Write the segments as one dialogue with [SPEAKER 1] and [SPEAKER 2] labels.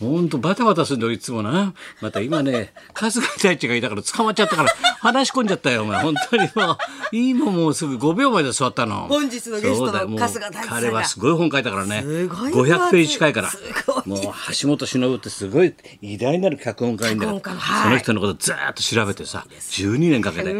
[SPEAKER 1] ほんとバタバタするんだよいつもなまた今ね春日太一がいたから捕まっちゃったから話し込んじゃったよお前本当にもう今もうすぐ5秒前で座ったの
[SPEAKER 2] 本日のゲストの
[SPEAKER 1] そうだよもう
[SPEAKER 2] 春日太一さんが
[SPEAKER 1] 彼はすごい本書いたからね
[SPEAKER 2] すごい分厚い
[SPEAKER 1] 500ページ近いから
[SPEAKER 2] すごい
[SPEAKER 1] もう橋本忍ってすごい偉大なる脚本家いんだから
[SPEAKER 2] 脚本家はい
[SPEAKER 1] その人のことずーっと調べてさ12年かけて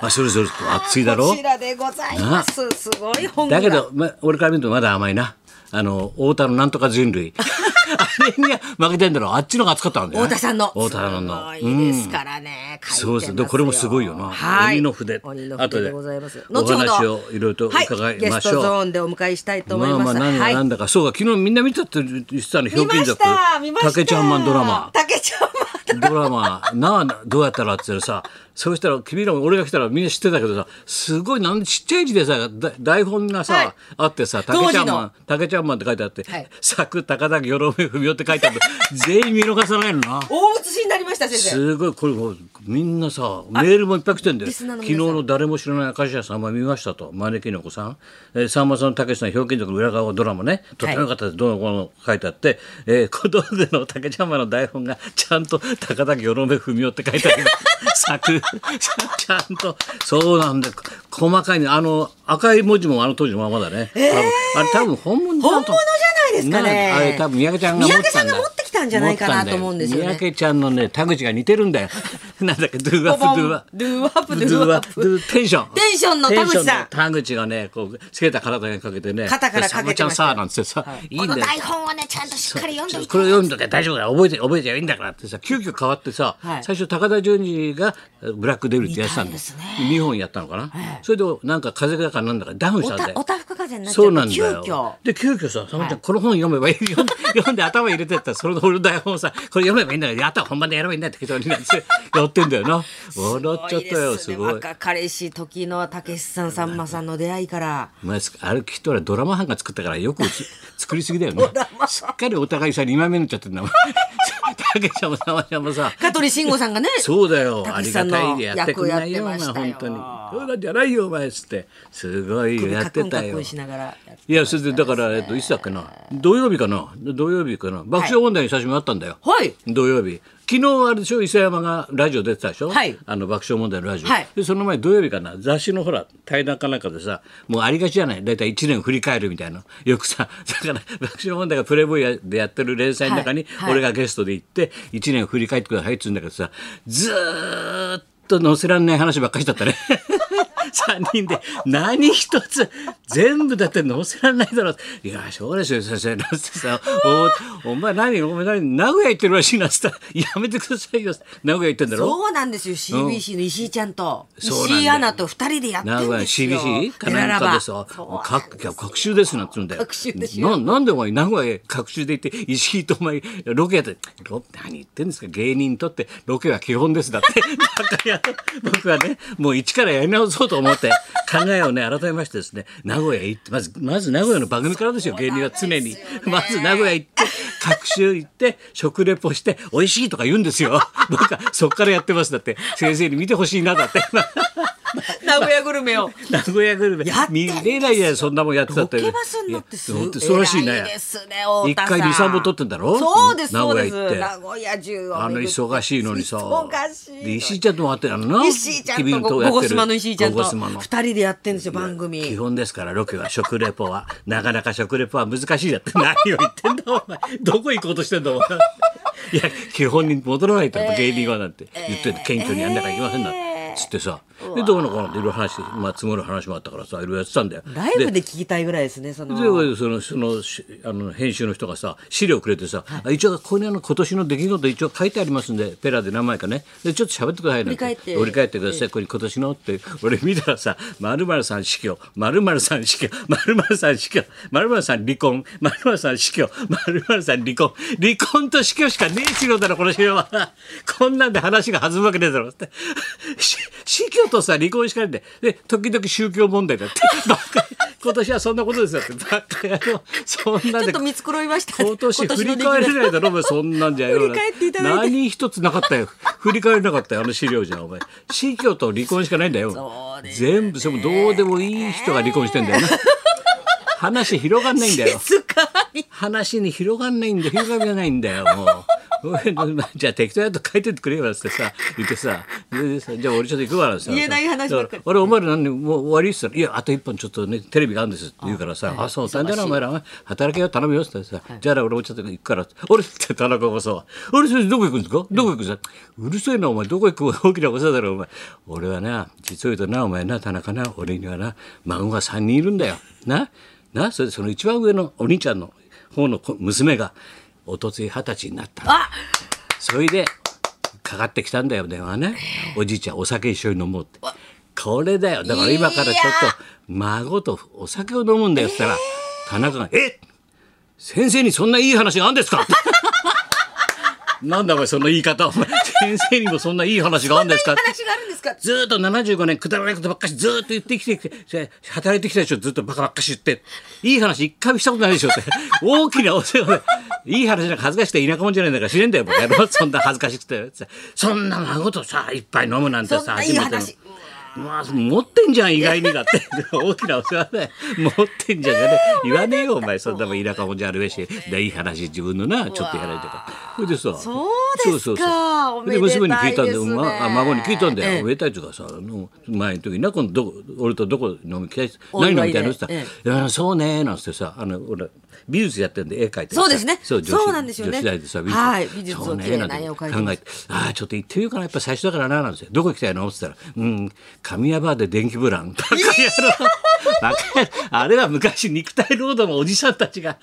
[SPEAKER 1] あそれぞれと熱いだろ
[SPEAKER 2] こちらでございます。すごい本が
[SPEAKER 1] だけど、ま、俺から見るとまだ甘いな。あの、太田のなんとか人類。あれには負けてんだろう。あっちのが熱かったんだよ、ね。
[SPEAKER 2] 太田さんの。
[SPEAKER 1] 太田さんの。
[SPEAKER 2] すごいですからね。書いてますよ
[SPEAKER 1] そうですでこれもすごいよな
[SPEAKER 2] はい。
[SPEAKER 1] 鬼の筆
[SPEAKER 2] 鬼の筆でございます。
[SPEAKER 1] 後でお話をいろいろと伺いましょう
[SPEAKER 2] はゲストゾーンでお迎えしたいと思い
[SPEAKER 1] まあ
[SPEAKER 2] ま。
[SPEAKER 1] ますあ、なん
[SPEAKER 2] は
[SPEAKER 1] だ
[SPEAKER 2] い
[SPEAKER 1] なんだか。そうか、昨日みんな見たって言ってたね、ひょ
[SPEAKER 2] 見
[SPEAKER 1] うきん
[SPEAKER 2] ま
[SPEAKER 1] 族
[SPEAKER 2] した。見ました。
[SPEAKER 1] 竹ちゃんマンドラマ。
[SPEAKER 2] 竹ちゃんマンドラマ。
[SPEAKER 1] ドラマなあどうやったらって言ったらさそうしたら君らも俺が来たらみんな知ってたけどさすごいなんでちっちゃい字でさだ台本がさ、
[SPEAKER 2] はい
[SPEAKER 1] あってさ「竹ちゃんマン
[SPEAKER 2] 当時の」
[SPEAKER 1] 「竹ちゃんマン」って書いてあって「
[SPEAKER 2] はい
[SPEAKER 1] 作高田よろめふみお」って書いてあ って全員見逃さないのな。
[SPEAKER 2] 大写しになりました先生。
[SPEAKER 1] すごいこれもうみんなさメールもいっぱい来てんだよ
[SPEAKER 2] リスナーの
[SPEAKER 1] 昨日
[SPEAKER 2] 皆さん
[SPEAKER 1] の誰も知らない明石家さんま見ましたと招きの子さん、えー、さんまさんたけしさん表現力の裏側ドラマねとってもよかったです、どうのこうの書いてあって、えー、 小道具の竹ちゃんまの台本がちゃんと高田よろめ文雄って書いて ある作ちゃんとそうなんだ細かいねあの赤い文字もあの当時のままだね、多分あれ多分本物だと
[SPEAKER 2] 本物じゃないですかね
[SPEAKER 1] あれ多分三宅ちゃんが持ってたんだよ
[SPEAKER 2] 三宅さんが持ってきたんじゃないかなと思うんですよね
[SPEAKER 1] 持っただ三宅ちゃんのね田口が似てるん だよなんだっけドゥーアップドゥーアップ
[SPEAKER 2] ドゥーアップ
[SPEAKER 1] ドゥーアッ
[SPEAKER 2] ドゥーアッ
[SPEAKER 1] プ
[SPEAKER 2] プ
[SPEAKER 1] ドゥーテンション
[SPEAKER 2] テンションの田
[SPEAKER 1] テ
[SPEAKER 2] 口さん
[SPEAKER 1] ンションの田口がねこうつけた体にかけてね
[SPEAKER 2] 肩からかけ
[SPEAKER 1] でサマ
[SPEAKER 2] てました
[SPEAKER 1] ちゃんさあなんつってさ、い、い
[SPEAKER 2] こ
[SPEAKER 1] んだ
[SPEAKER 2] の
[SPEAKER 1] よ
[SPEAKER 2] 台本をねちゃんとしっかり読んでおいて。
[SPEAKER 1] これ読んどきゃ大丈夫だよ覚えて覚えちゃいいんだからってさ急遽変わってさ、
[SPEAKER 2] はい
[SPEAKER 1] 最初高田純次がえブラックデビルってやってたんで
[SPEAKER 2] み
[SPEAKER 1] す
[SPEAKER 2] たいです
[SPEAKER 1] 2本やったのかな、それでなんか風邪だかなんだかダウンし
[SPEAKER 2] お
[SPEAKER 1] たん
[SPEAKER 2] た
[SPEAKER 1] だよ
[SPEAKER 2] おたふく風邪になっちゃ
[SPEAKER 1] そうな
[SPEAKER 2] っ
[SPEAKER 1] ん
[SPEAKER 2] て
[SPEAKER 1] だ
[SPEAKER 2] 急
[SPEAKER 1] よ
[SPEAKER 2] 遽。。
[SPEAKER 1] で、急遽さ、さまちゃん、この本読めばいい。読んで読んで頭入れてったら、その俺の台本をさ、これ読めばいいんだから、あとは本番でやればいいんだって適当になって、やってんだよ な。笑っちゃったよ、すごい。
[SPEAKER 2] 若彼氏時のたけしさんさんまさんの出会いから。
[SPEAKER 1] お前あれきっと俺ドラマ班が作ったからよくう ち作りすぎだよねすっかりお互いさ2枚目になっちゃってんだもんたけちゃんもさまちゃんもさ
[SPEAKER 2] 香取慎吾さんがね。
[SPEAKER 1] そうだよ。あ
[SPEAKER 2] たけ
[SPEAKER 1] り
[SPEAKER 2] し
[SPEAKER 1] が
[SPEAKER 2] さんの
[SPEAKER 1] たいでやってくんないよ、
[SPEAKER 2] 役を
[SPEAKER 1] ま
[SPEAKER 2] やってま
[SPEAKER 1] あ、
[SPEAKER 2] した
[SPEAKER 1] 本
[SPEAKER 2] よ
[SPEAKER 1] 当に。そうなんじゃないよ、お前っつって。すごいよ、
[SPEAKER 2] 首
[SPEAKER 1] や
[SPEAKER 2] か
[SPEAKER 1] っ
[SPEAKER 2] っこ
[SPEAKER 1] て
[SPEAKER 2] んか
[SPEAKER 1] た
[SPEAKER 2] っこ
[SPEAKER 1] よ。
[SPEAKER 2] いいしながらやってました
[SPEAKER 1] いや、それで、だから、えっと、いつだっけな。土曜日かな。土曜日かな。爆笑問題に久しぶりに会ったんだよ。
[SPEAKER 2] はい
[SPEAKER 1] 土曜日。昨日あれでしょ、伊勢山がラジオ出てたでしょ。
[SPEAKER 2] はい
[SPEAKER 1] あの爆笑問題のラジオ。
[SPEAKER 2] はい
[SPEAKER 1] で、その前土曜日かな、雑誌のほら、対談かなんかでさ、もうありがちじゃない。だいたい一年振り返るみたいな。よくさ、だから爆笑問題がプレイボーイやでやってる連載の中に、
[SPEAKER 2] はいはい
[SPEAKER 1] 俺がゲストで行って、一年振り返ってくださいって言うんだけどさ、ずーっと載せらんない話ばっかりだったね。3人で何一つ全部だって載せられないだろういやそうですよ先生なんてさおお前何お前何名古屋行ってるらしいなっつったらやめてくださいよ名古屋行ってんだろ
[SPEAKER 2] そうなんですよ CBC の石井ちゃんと
[SPEAKER 1] そうなんだよ
[SPEAKER 2] 石井アナと二人でやって
[SPEAKER 1] 名古
[SPEAKER 2] るん
[SPEAKER 1] 屋
[SPEAKER 2] ですよ
[SPEAKER 1] CBC か
[SPEAKER 2] で
[SPEAKER 1] な
[SPEAKER 2] ら
[SPEAKER 1] ん
[SPEAKER 2] ら
[SPEAKER 1] か
[SPEAKER 2] ば
[SPEAKER 1] で
[SPEAKER 2] そ
[SPEAKER 1] さもう
[SPEAKER 2] うなん
[SPEAKER 1] 各
[SPEAKER 2] ですよ
[SPEAKER 1] 各週ですなんつうんだよ
[SPEAKER 2] 隔週です
[SPEAKER 1] な
[SPEAKER 2] よ
[SPEAKER 1] なんでお前名古屋へ各週で行って石井とお前ロケやってロ何言ってんですか芸人にとってロケは基本ですだって だから僕はねもう一からやり直そうと思って考えをね改めましてですね名古屋へ行ってまずまず名古屋の番組からですよ芸人は常にまず名古屋行って各週行って食レポして美味しいとか言うんですよ僕はそっからやってますだって先生に見てほしいなだって。
[SPEAKER 2] 名古屋グルメを
[SPEAKER 1] 名古屋グルメ
[SPEAKER 2] やってん
[SPEAKER 1] 見
[SPEAKER 2] ですよ
[SPEAKER 1] れないやそんなもんやってたって
[SPEAKER 2] ロケバスに乗ってす
[SPEAKER 1] いや
[SPEAKER 2] ご
[SPEAKER 1] ほ
[SPEAKER 2] い
[SPEAKER 1] んとそうらしいね
[SPEAKER 2] 偉ですね太田さん
[SPEAKER 1] 一回二三本撮ってんだろ
[SPEAKER 2] そうです
[SPEAKER 1] 名
[SPEAKER 2] そう
[SPEAKER 1] 古
[SPEAKER 2] で
[SPEAKER 1] 屋
[SPEAKER 2] す
[SPEAKER 1] 行って
[SPEAKER 2] 名古屋中を
[SPEAKER 1] あの
[SPEAKER 2] 巡って
[SPEAKER 1] 忙しいのにさ
[SPEAKER 2] 忙しいのに
[SPEAKER 1] で石井ちゃんともあってあのな
[SPEAKER 2] 石井ちゃん
[SPEAKER 1] 君
[SPEAKER 2] と
[SPEAKER 1] のと
[SPEAKER 2] ゴ
[SPEAKER 1] こやってる
[SPEAKER 2] ゴスマの石井ちゃん
[SPEAKER 1] ゴ
[SPEAKER 2] と
[SPEAKER 1] ゴスマの
[SPEAKER 2] 二人でやってるんですよ番
[SPEAKER 1] 基
[SPEAKER 2] 組
[SPEAKER 1] 本ですからロケは食レポはなかなか食レポは難しいだって何を言ってんだお前どこ行こうとしてん だお前いや基本に戻らないと、芸人はなんて言ってる謙虚にやんなきゃいけませんなんて、つってさでどうのこうのっていろいろ話まあ積もる話もあったからさいろいろやってたんだよ
[SPEAKER 2] ライブで聞きたいぐらいですねその
[SPEAKER 1] でそのそのしあの編集の人がさ資料くれてさ、あ一応ここにあの今年の出来事一応書いてありますんでペラで何枚かねでちょっと喋ってくださいね
[SPEAKER 2] 振り返って
[SPEAKER 1] 振り返ってくださいこれ今年のって俺見たらさ「まるさん死去」「まるさん死去」「まるさん死去」「まるさん離婚」「まるさん死去」「まるさん離婚」「離婚と死去しかねえ資料だろこの資料はこんなんで話が弾むわけねえだろってし死去とさ離婚しかねえんでで時々宗教問題だってばっかり今年はそんなことですよってバカ野郎そんな
[SPEAKER 2] ちょっ
[SPEAKER 1] で
[SPEAKER 2] と見繕いましたね。
[SPEAKER 1] 今年振り返れ
[SPEAKER 2] の
[SPEAKER 1] ないだろお前そんなんじゃよ
[SPEAKER 2] 振り返っていただいて
[SPEAKER 1] 何一つなかったよ振り返れなかったよあの資料じゃお前死去と離婚しかないんだよ
[SPEAKER 2] そうですね
[SPEAKER 1] 全部それもどうでもいい人が離婚してんだよな話広がんないんだよ
[SPEAKER 2] 静 かに。
[SPEAKER 1] 話に広がんないんだよ広がらないんだよもう。俺のまあじゃあ適当やと書いてってくれよなんつってさ言ってさでさじゃあ俺ちょっと行くわなんてさ
[SPEAKER 2] 言えない話ばっか
[SPEAKER 1] だ
[SPEAKER 2] り
[SPEAKER 1] から俺お前ら何でもう終わりっつったら「いやあと一本ちょっとねテレビがあるんです」って言うからさ「あそう大変だなお前ら働けよ頼むよ」って言ったらさ「じゃあな俺もちょっと行くから」俺って田中がさ「俺それどこ行くんですかどこ行くんですか?」うるせえなお前どこ行く大きなお世だろお前俺はな実を言うとなお前な田中な俺にはな孫が3人いるんだよななそれでその一番上のお兄ちゃんの方の子娘がおとつい二十歳になったの
[SPEAKER 2] あ、
[SPEAKER 1] それでかかってきたんだよ電話ねおじいちゃんお酒一緒に飲もうってこれだよだから今からちょっ
[SPEAKER 2] いや
[SPEAKER 1] と孫とお酒を飲むんだよって言ったら田中が「え先生にそんないい話があるんですか?」 なんだお前その言い方お前先生にもそんないい話があるんですか
[SPEAKER 2] 話があるんですか。
[SPEAKER 1] ずーっと75年くだらないことばっかしずーっと言ってきてせ働いてきたでしょずっとバカばっかし言っていい話一回もしたことないでしょって 大きなお世話でいい話なんか恥ずかしくて田舎者じゃないんだから知れんだよ僕やろそんな恥ずかしくてそんな孫とさ一杯飲むなんて
[SPEAKER 2] そん
[SPEAKER 1] さ
[SPEAKER 2] ないい
[SPEAKER 1] 初めての
[SPEAKER 2] 話。
[SPEAKER 1] まあ、持ってんじゃん、意外にだって。 大きなお世話だよ。持ってんじゃんじゃねえ。言わねえよ、お前。そんなもん田舎もんじゃあるべし。で、いい話、自分のな、ちょっとやられてから。それでさ、
[SPEAKER 2] そうですかおめでたい
[SPEAKER 1] 娘に聞いたんだよ。
[SPEAKER 2] ですね
[SPEAKER 1] まあ、孫に聞いたんだ
[SPEAKER 2] え
[SPEAKER 1] よ。
[SPEAKER 2] え
[SPEAKER 1] おめでたいとかさ、あの、前の時な、今度どこ、俺とどこ飲みきたい
[SPEAKER 2] お祝
[SPEAKER 1] 何
[SPEAKER 2] いで
[SPEAKER 1] 飲みたいのって言
[SPEAKER 2] え
[SPEAKER 1] ったら、いやそうね、なんつってさ、あの、俺、美術やってんで絵描いて
[SPEAKER 2] そうですね
[SPEAKER 1] そう、女子
[SPEAKER 2] そうなんですよね
[SPEAKER 1] 女子大でさ、
[SPEAKER 2] はい美術を
[SPEAKER 1] そうね
[SPEAKER 2] 綺麗な
[SPEAKER 1] なんて
[SPEAKER 2] 絵を描いてます
[SPEAKER 1] 考えてああちょっと行ってみようかなやっぱ最初だからななんですよどこ行きたいのって言ったら「うん神谷バーで電気ブ ラン」バカ野郎バカ野郎あれは昔肉体労働のおじさんたちが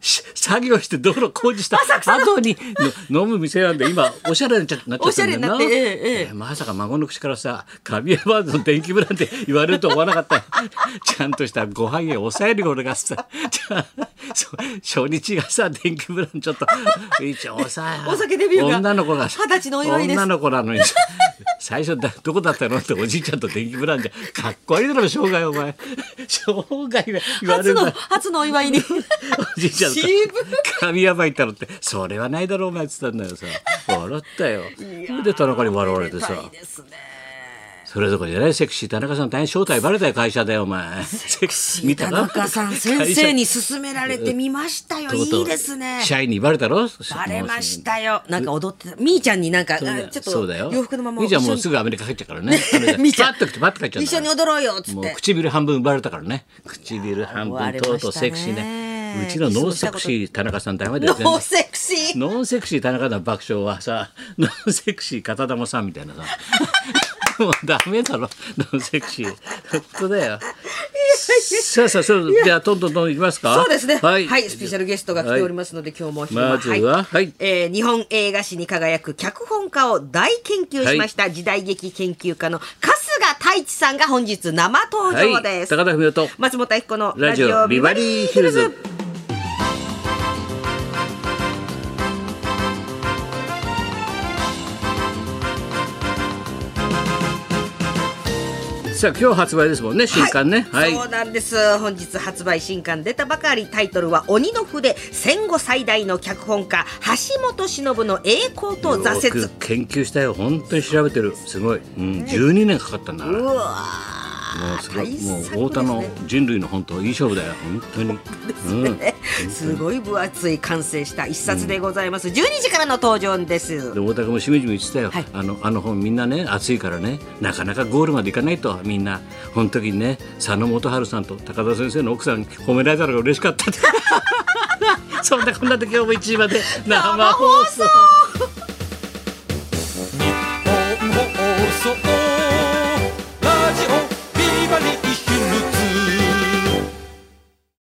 [SPEAKER 1] し作業して道路工事した後にの飲む店なんで今おしゃれになっちゃなっちゃったんだよな
[SPEAKER 2] おしゃれになってええええ
[SPEAKER 1] ねまさか孫の口からさ神谷バーの電気ブランって言われると思わなかったよ ちゃんとしたご飯屋抑えるよ俺がさじゃあそう初日がさ電気ブランちょっと一応抑え
[SPEAKER 2] お酒デビューが
[SPEAKER 1] 女の子が
[SPEAKER 2] 二十歳のお祝いです
[SPEAKER 1] 女の子なのにさ 最初だどこだったのっておじいちゃんと電気ブランじゃかっこいいだろ生涯お前生涯が言われ
[SPEAKER 2] 初
[SPEAKER 1] るな
[SPEAKER 2] の初のお祝いに。
[SPEAKER 1] おじいちゃんと
[SPEAKER 2] 渋い
[SPEAKER 1] 神山行ったのってそれはないだろお前って言ったんだよさ笑ったよそれで田中に笑われてさ
[SPEAKER 2] おめでたいですね
[SPEAKER 1] それどころじゃないセクシー田中さん大変正体バレたよ会社だよお前セクシ
[SPEAKER 2] 田中さん先生に勧められてみましたよ。
[SPEAKER 1] とうとう
[SPEAKER 2] いいですね。
[SPEAKER 1] 社員にバレたろ
[SPEAKER 2] バレましたよ。なんか踊ってた。みーちゃんになんか、あち
[SPEAKER 1] そうだ
[SPEAKER 2] ょ
[SPEAKER 1] よそうだよ
[SPEAKER 2] っと洋服のまま
[SPEAKER 1] みーちゃんもう
[SPEAKER 2] 一
[SPEAKER 1] す
[SPEAKER 2] 緒に
[SPEAKER 1] ぐアメリカ帰っちゃうから ね
[SPEAKER 2] みーちゃん
[SPEAKER 1] パッと来てパッと帰っちゃうん
[SPEAKER 2] 一
[SPEAKER 1] だか
[SPEAKER 2] 緒に
[SPEAKER 1] ら
[SPEAKER 2] 踊ろうよっつ
[SPEAKER 1] も
[SPEAKER 2] っ
[SPEAKER 1] う
[SPEAKER 2] て。
[SPEAKER 1] 唇半分バレたからね唇半
[SPEAKER 2] あ
[SPEAKER 1] 分
[SPEAKER 2] れ
[SPEAKER 1] とう
[SPEAKER 2] ま
[SPEAKER 1] とう
[SPEAKER 2] したね
[SPEAKER 1] セクシーねうちのノンセクシー田中さん大変だよ全然
[SPEAKER 2] ノーセクシー。
[SPEAKER 1] ノンセクシー田中の爆笑はさノンセクシー片玉さんみたいな さもうダメだろノンセクシー本当だよさあさあそれじゃあどんどんどんどんいきますか
[SPEAKER 2] そうですね。は、
[SPEAKER 1] はいい、
[SPEAKER 2] スペシャルゲストが来ておりますので、今日もお昼
[SPEAKER 1] まずははい
[SPEAKER 2] えー日本映画史に輝く脚本家を大研究しました、時代劇研究家の春日太一さんが本日生登場
[SPEAKER 1] は
[SPEAKER 2] で
[SPEAKER 1] い、
[SPEAKER 2] す。
[SPEAKER 1] 高田文夫と
[SPEAKER 2] 松本明子の
[SPEAKER 1] ラ
[SPEAKER 2] ラ
[SPEAKER 1] ジ
[SPEAKER 2] ジ
[SPEAKER 1] オ
[SPEAKER 2] オ
[SPEAKER 1] ビ
[SPEAKER 2] ビ
[SPEAKER 1] バ
[SPEAKER 2] バ
[SPEAKER 1] リ
[SPEAKER 2] リ
[SPEAKER 1] ー
[SPEAKER 2] ー
[SPEAKER 1] ヒ
[SPEAKER 2] ヒ
[SPEAKER 1] ル
[SPEAKER 2] ル
[SPEAKER 1] ズ
[SPEAKER 2] ズ。
[SPEAKER 1] さあ今日発売ですもんね新刊ねはい、
[SPEAKER 2] そうなんです本日発売新刊出たばかりタイトルは「鬼の筆戦後最大の脚本家橋本忍の栄光と挫折
[SPEAKER 1] よ」く研究したよ本当に調べてるすごい、うん、12年かかったんだから
[SPEAKER 2] う
[SPEAKER 1] も
[SPEAKER 2] わ
[SPEAKER 1] うすごい
[SPEAKER 2] 大
[SPEAKER 1] もう
[SPEAKER 2] 作
[SPEAKER 1] 太田の人類の本当いい勝負だよ本当にうん
[SPEAKER 2] すごい分厚い完成した一冊でございます、12時からの登場です
[SPEAKER 1] で大田君もしみじみ言ってたよ、
[SPEAKER 2] はい
[SPEAKER 1] あのあの本みんなね暑いからねなかなかゴールまでいかないとみんなこの時にね佐野元春さんと高田先生の奥さんに褒められたのが嬉しかったって そんなこんな時今日も1時まで生放送
[SPEAKER 3] 放送